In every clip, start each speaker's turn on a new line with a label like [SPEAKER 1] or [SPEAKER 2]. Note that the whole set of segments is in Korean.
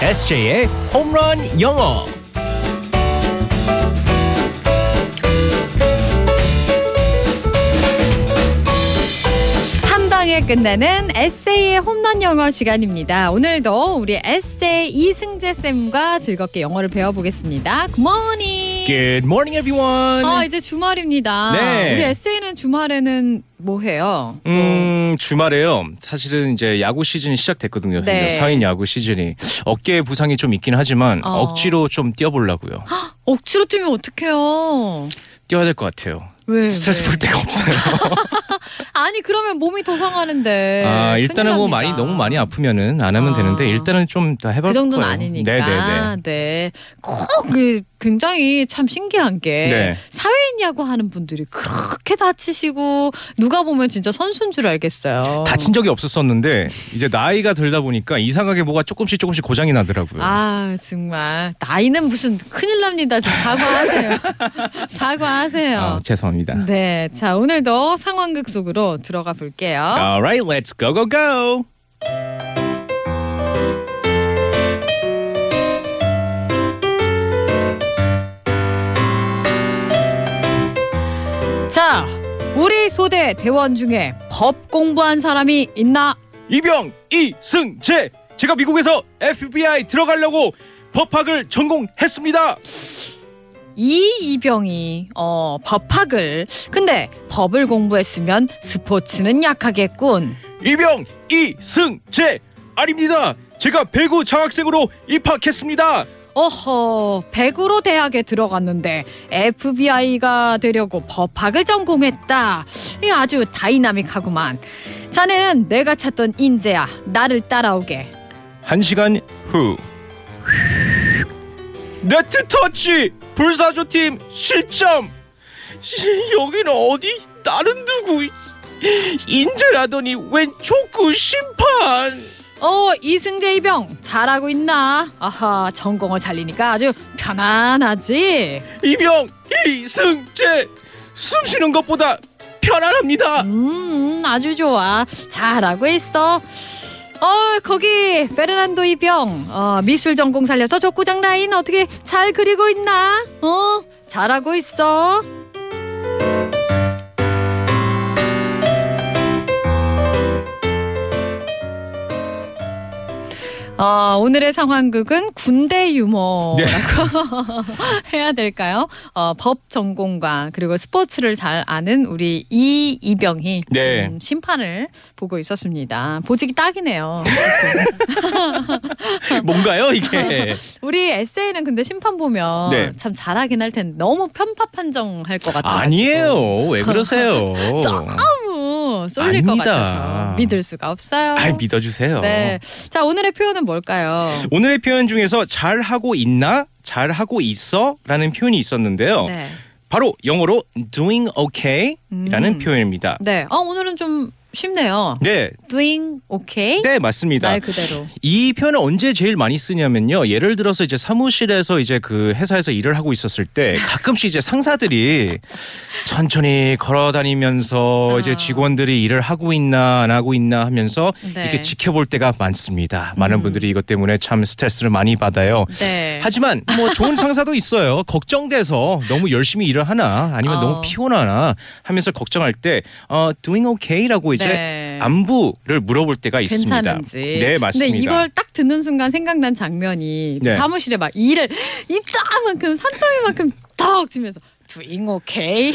[SPEAKER 1] SJ의 홈런 영어.
[SPEAKER 2] 한 방에 끝나는 에세이의 홈런 영어 시간입니다. 오늘도 우리 에세이 이승재 쌤과 즐겁게 영어를 배워보겠습니다. 굿모닝.
[SPEAKER 1] Good morning, everyone.
[SPEAKER 2] 아 이제 주말입니다.
[SPEAKER 1] 네.
[SPEAKER 2] 우리 에세이는 주말에는 뭐 해요?
[SPEAKER 1] 음 주말에요. 사실은 이제 야구 시즌이 시작됐거든요.
[SPEAKER 2] 네.
[SPEAKER 1] 사인 야구 시즌이 어깨 부상이 좀 있긴 하지만
[SPEAKER 2] 어.
[SPEAKER 1] 억지로 좀 뛰어보려고요.
[SPEAKER 2] 억지로 뛰면 어떡해요?
[SPEAKER 1] 뛰어야 될 것 같아요.
[SPEAKER 2] 왜?
[SPEAKER 1] 스트레스
[SPEAKER 2] 왜?
[SPEAKER 1] 풀 데가 없어요.
[SPEAKER 2] 아니 그러면 몸이 더 상하는데.
[SPEAKER 1] 아 일단은 뭐
[SPEAKER 2] 네, 큰일
[SPEAKER 1] 많이
[SPEAKER 2] 납니다.
[SPEAKER 1] 너무 많이 아프면은 안 하면
[SPEAKER 2] 아.
[SPEAKER 1] 되는데 일단은 좀 다 해볼
[SPEAKER 2] 그 정도는
[SPEAKER 1] 거예요.
[SPEAKER 2] 아니니까.
[SPEAKER 1] 네네네.
[SPEAKER 2] 네. 꼭그 굉장히 참 신기한 게
[SPEAKER 1] 네.
[SPEAKER 2] 사회인 야구 하는 분들이 그렇게 다치시고 누가 보면 진짜 선수인 줄 알겠어요.
[SPEAKER 1] 다친 적이 없었었는데 이제 나이가 들다 보니까 이상하게 뭐가 조금씩 조금씩 고장이 나더라고요.
[SPEAKER 2] 아 정말 나이는 무슨 큰일 납니다. 지금 사과하세요.
[SPEAKER 1] 아,
[SPEAKER 2] 사과하세요.
[SPEAKER 1] 죄송합니다.
[SPEAKER 2] 네, 자 오늘도 상황극 속으로 들어가 볼게요.
[SPEAKER 1] Alright, let's go go go.
[SPEAKER 2] 자, 우리 소대 대원 중에 법 공부한 사람이 있나?
[SPEAKER 1] 이병 이승재 제가 미국에서 FBI 들어가려고 법학을 전공했습니다.
[SPEAKER 2] 이 이병이 어 법학을 근데 법을 공부했으면 스포츠는 약하겠군.
[SPEAKER 1] 이병 이승재 아닙니다. 제가 배구 장학생으로 입학했습니다.
[SPEAKER 2] 어허 배구로 대학에 들어갔는데 FBI가 되려고 법학을 전공했다. 이 아주 다이나믹하구만. 자네는 내가 찾던 인재야. 나를 따라오게.
[SPEAKER 1] 한 시간 후 네트 터치 불사조 팀 실점 시- 여기는 어디 나는 누구 인재라더니 웬 촉구 심판
[SPEAKER 2] 어 이승재 이병 잘하고 있나? 아하 전공을 살리니까 아주 편안하지.
[SPEAKER 1] 이병 이승재 숨 쉬는 것보다 편안합니다
[SPEAKER 2] 음, 아주 좋아. 잘하고 있어. 어, 거기 페르난도 이병. 어, 미술 전공 살려서 족구장 라인 어떻게 잘 그리고 있나? 어, 잘하고 있어. 어, 오늘의 상황극은 군대 유머라고 해야 될까요? 어, 법 전공과 그리고 스포츠를 잘 아는 우리 이 이병희
[SPEAKER 1] 네.
[SPEAKER 2] 음, 심판을 보고 있었습니다. 보직이 딱이네요.
[SPEAKER 1] 뭔가요 이게
[SPEAKER 2] 우리 에세이는 근데 심판 보면
[SPEAKER 1] 네.
[SPEAKER 2] 참 잘하긴 할 텐데 너무 편파 판정할 것 같아요.
[SPEAKER 1] 아니에요 왜 그러세요
[SPEAKER 2] 너무 쏠릴
[SPEAKER 1] 아닙니다.
[SPEAKER 2] 것 같아서 믿을 수가 없어요.
[SPEAKER 1] 아 믿어주세요
[SPEAKER 2] 네. 자 오늘의 표현은 뭘까요?
[SPEAKER 1] 오늘의 표현 중에서 잘하고 있나 잘하고 있어 라는 표현이 있었는데요
[SPEAKER 2] 네.
[SPEAKER 1] 바로 영어로 doing okay 라는
[SPEAKER 2] 음.
[SPEAKER 1] 표현입니다.
[SPEAKER 2] 네. 아 오늘은 좀 쉽네요.
[SPEAKER 1] 네,
[SPEAKER 2] Doing okay.
[SPEAKER 1] 네 맞습니다.
[SPEAKER 2] 말 그대로.
[SPEAKER 1] 이 표현을 언제 제일 많이 쓰냐면요. 예를 들어서 이제 사무실에서 이제 그 회사에서 일을 하고 있었을 때 가끔씩 이제 상사들이 천천히 걸어다니면서
[SPEAKER 2] 아.
[SPEAKER 1] 이제 직원들이 일을 하고 있나 안 하고 있나 하면서
[SPEAKER 2] 네.
[SPEAKER 1] 이렇게 지켜볼 때가 많습니다. 많은
[SPEAKER 2] 음.
[SPEAKER 1] 분들이 이것 때문에 참 스트레스를 많이 받아요.
[SPEAKER 2] 네.
[SPEAKER 1] 하지만 뭐 좋은 상사도 있어요. 걱정돼서 너무 열심히 일을 하나 아니면
[SPEAKER 2] 어.
[SPEAKER 1] 너무 피곤하나 하면서 걱정할 때 어, doing okay라고 이제
[SPEAKER 2] 네.
[SPEAKER 1] 안부를 물어볼 때가 있습니다.
[SPEAKER 2] 괜찮은지.
[SPEAKER 1] 네 맞습니다.
[SPEAKER 2] 근데 이걸 딱 듣는 순간 생각난 장면이
[SPEAKER 1] 네.
[SPEAKER 2] 사무실에 막 일을 이따만큼 산더미만큼 턱 치면서 doing okay.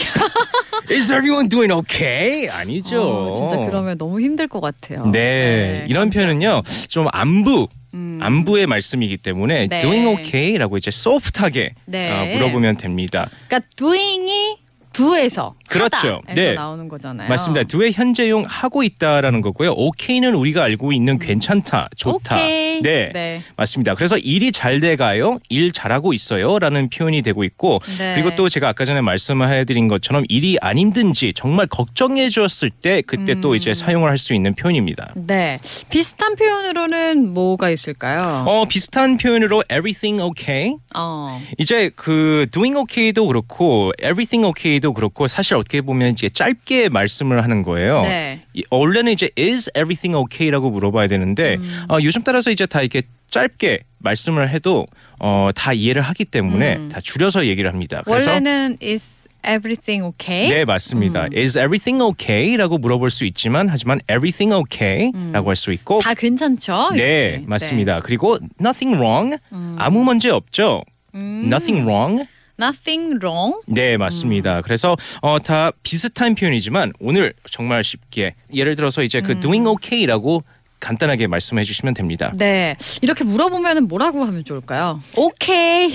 [SPEAKER 1] Is everyone doing okay? 아니죠.
[SPEAKER 2] 어, 진짜 그러면 너무 힘들 것 같아요.
[SPEAKER 1] 네, 이런
[SPEAKER 2] 감사-
[SPEAKER 1] 표현은요 좀 안부
[SPEAKER 2] 음.
[SPEAKER 1] 안부의 말씀이기 때문에
[SPEAKER 2] 네.
[SPEAKER 1] doing okay라고 이제 소프트하게
[SPEAKER 2] 네.
[SPEAKER 1] 어, 물어보면 됩니다.
[SPEAKER 2] 그러니까 doing이 do에서
[SPEAKER 1] 그렇죠.
[SPEAKER 2] 하다에서
[SPEAKER 1] 네.
[SPEAKER 2] 나오는 거잖아요.
[SPEAKER 1] 맞습니다. 두의 현재용 하고 있다라는 거고요. 오케이는 우리가 알고 있는 괜찮다, 좋다.
[SPEAKER 2] 음. 오케이.
[SPEAKER 1] 네.
[SPEAKER 2] 네.
[SPEAKER 1] 맞습니다. 그래서 일이 잘 돼가요, 일 잘하고 있어요라는 표현이 되고 있고,
[SPEAKER 2] 네.
[SPEAKER 1] 그리고 또 제가 아까 전에 말씀해드린 것처럼 일이 안 힘든지 정말 걱정해 주었을 때 그때 또
[SPEAKER 2] 음.
[SPEAKER 1] 이제 사용을 할 수 있는 표현입니다.
[SPEAKER 2] 네. 비슷한 표현으로는 뭐가 있을까요?
[SPEAKER 1] 어 비슷한 표현으로 everything okay
[SPEAKER 2] 어.
[SPEAKER 1] 이제 그 doing okay도 그렇고 everything okay도 그렇고 사실 어떻게 보면 이제 짧게 말씀을 하는 거예요.
[SPEAKER 2] 네.
[SPEAKER 1] 이- 원래는 이제 is everything okay라고 물어봐야 되는데
[SPEAKER 2] 음.
[SPEAKER 1] 어, 요즘 따라서 이제 다 이렇게 짧게 말씀을 해도 어, 다 이해를 하기 때문에
[SPEAKER 2] 음.
[SPEAKER 1] 다 줄여서 얘기를 합니다. 그래서
[SPEAKER 2] 원래는 is everything okay?
[SPEAKER 1] 네
[SPEAKER 2] 음.
[SPEAKER 1] 맞습니다. Is everything okay라고 물어볼 수 있지만 하지만 everything okay라고 할 수 있고
[SPEAKER 2] 음. 다 괜찮죠? 이렇게.
[SPEAKER 1] 어. 네 맞습니다. 그리고 nothing wrong
[SPEAKER 2] 음.
[SPEAKER 1] 아무 문제 없죠.
[SPEAKER 2] 음,
[SPEAKER 1] Nothing wrong
[SPEAKER 2] nothing wrong.
[SPEAKER 1] 네 맞습니다. 그래서 어, 다 비슷한 표현이지만 오늘 정말 쉽게 예를 들어서 이제
[SPEAKER 2] 음.
[SPEAKER 1] 그 doing okay라고 간단하게 말씀해 주시면 됩니다.
[SPEAKER 2] 네. 이렇게 물어보면 뭐라고 하면 좋을까요? 오케이.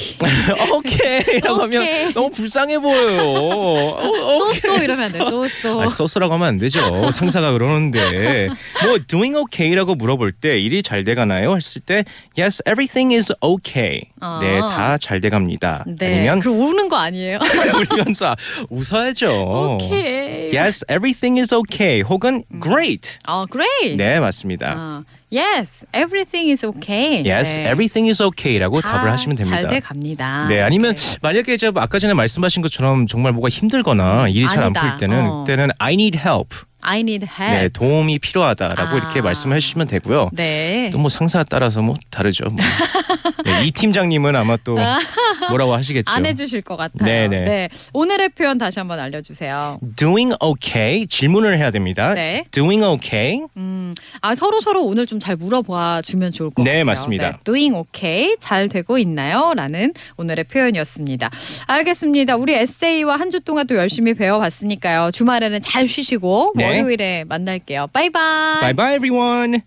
[SPEAKER 1] 오케이라고
[SPEAKER 2] 오케이.
[SPEAKER 1] 하면 너무 불쌍해 보여요. 어, 어,
[SPEAKER 2] 소소 이러면 안 돼. 소소.
[SPEAKER 1] 아, 소스라고 하면 안 되죠. 상사가 그러는데 뭐 doing okay라고 물어볼 때 일이 잘 돼가나요? 했을 때 yes everything is okay.
[SPEAKER 2] 아.
[SPEAKER 1] 네 다 잘 돼갑니다.
[SPEAKER 2] 네.
[SPEAKER 1] 아니면
[SPEAKER 2] 그럼 우는 거 아니에요?
[SPEAKER 1] 울면서 웃어야죠.
[SPEAKER 2] 오케이.
[SPEAKER 1] Yes everything is okay 혹은 great.
[SPEAKER 2] 아, great.
[SPEAKER 1] 네 맞습니다.
[SPEAKER 2] 아, yes, everything is okay.
[SPEAKER 1] Yes
[SPEAKER 2] 네.
[SPEAKER 1] everything is okay라고
[SPEAKER 2] 다
[SPEAKER 1] 답을 하시면 됩니다.
[SPEAKER 2] 잘돼 갑니다.
[SPEAKER 1] 네, 아니면 만약에 이제 아까 전에 말씀하신 것처럼 정말 뭐가 힘들거나 일이 잘 안
[SPEAKER 2] 아니다.
[SPEAKER 1] 풀릴 때는
[SPEAKER 2] 어.
[SPEAKER 1] 그때는 I need help.
[SPEAKER 2] I need
[SPEAKER 1] 네,
[SPEAKER 2] help.
[SPEAKER 1] 도움이 필요하다라고
[SPEAKER 2] 아.
[SPEAKER 1] 이렇게 말씀해 주시면 되고요.
[SPEAKER 2] 네.
[SPEAKER 1] 또 뭐 상사에 따라서 뭐 다르죠. 뭐. 네, 이 팀장님은 아마 또 뭐라고 하시겠죠.
[SPEAKER 2] 안 해주실 것 같아요.
[SPEAKER 1] 그렇죠. 네, 네.
[SPEAKER 2] 오늘의 표현 다시 한번 알려주세요.
[SPEAKER 1] Doing okay 질문을 해야 됩니다.
[SPEAKER 2] 네.
[SPEAKER 1] Doing okay.
[SPEAKER 2] 음, 아 서로 서로 오늘 좀 잘 물어봐 주면 좋을 것
[SPEAKER 1] 네,
[SPEAKER 2] 같아요.
[SPEAKER 1] 맞습니다.
[SPEAKER 2] doing okay, 잘 되고 있나요?라는 오늘의 표현이었습니다. 알겠습니다. 우리 에세이와 한 주 동안 또 열심히 배워봤으니까요. 주말에는 잘 쉬시고
[SPEAKER 1] 네.
[SPEAKER 2] 월요일에 만날게요. 바이바이.
[SPEAKER 1] Bye bye everyone.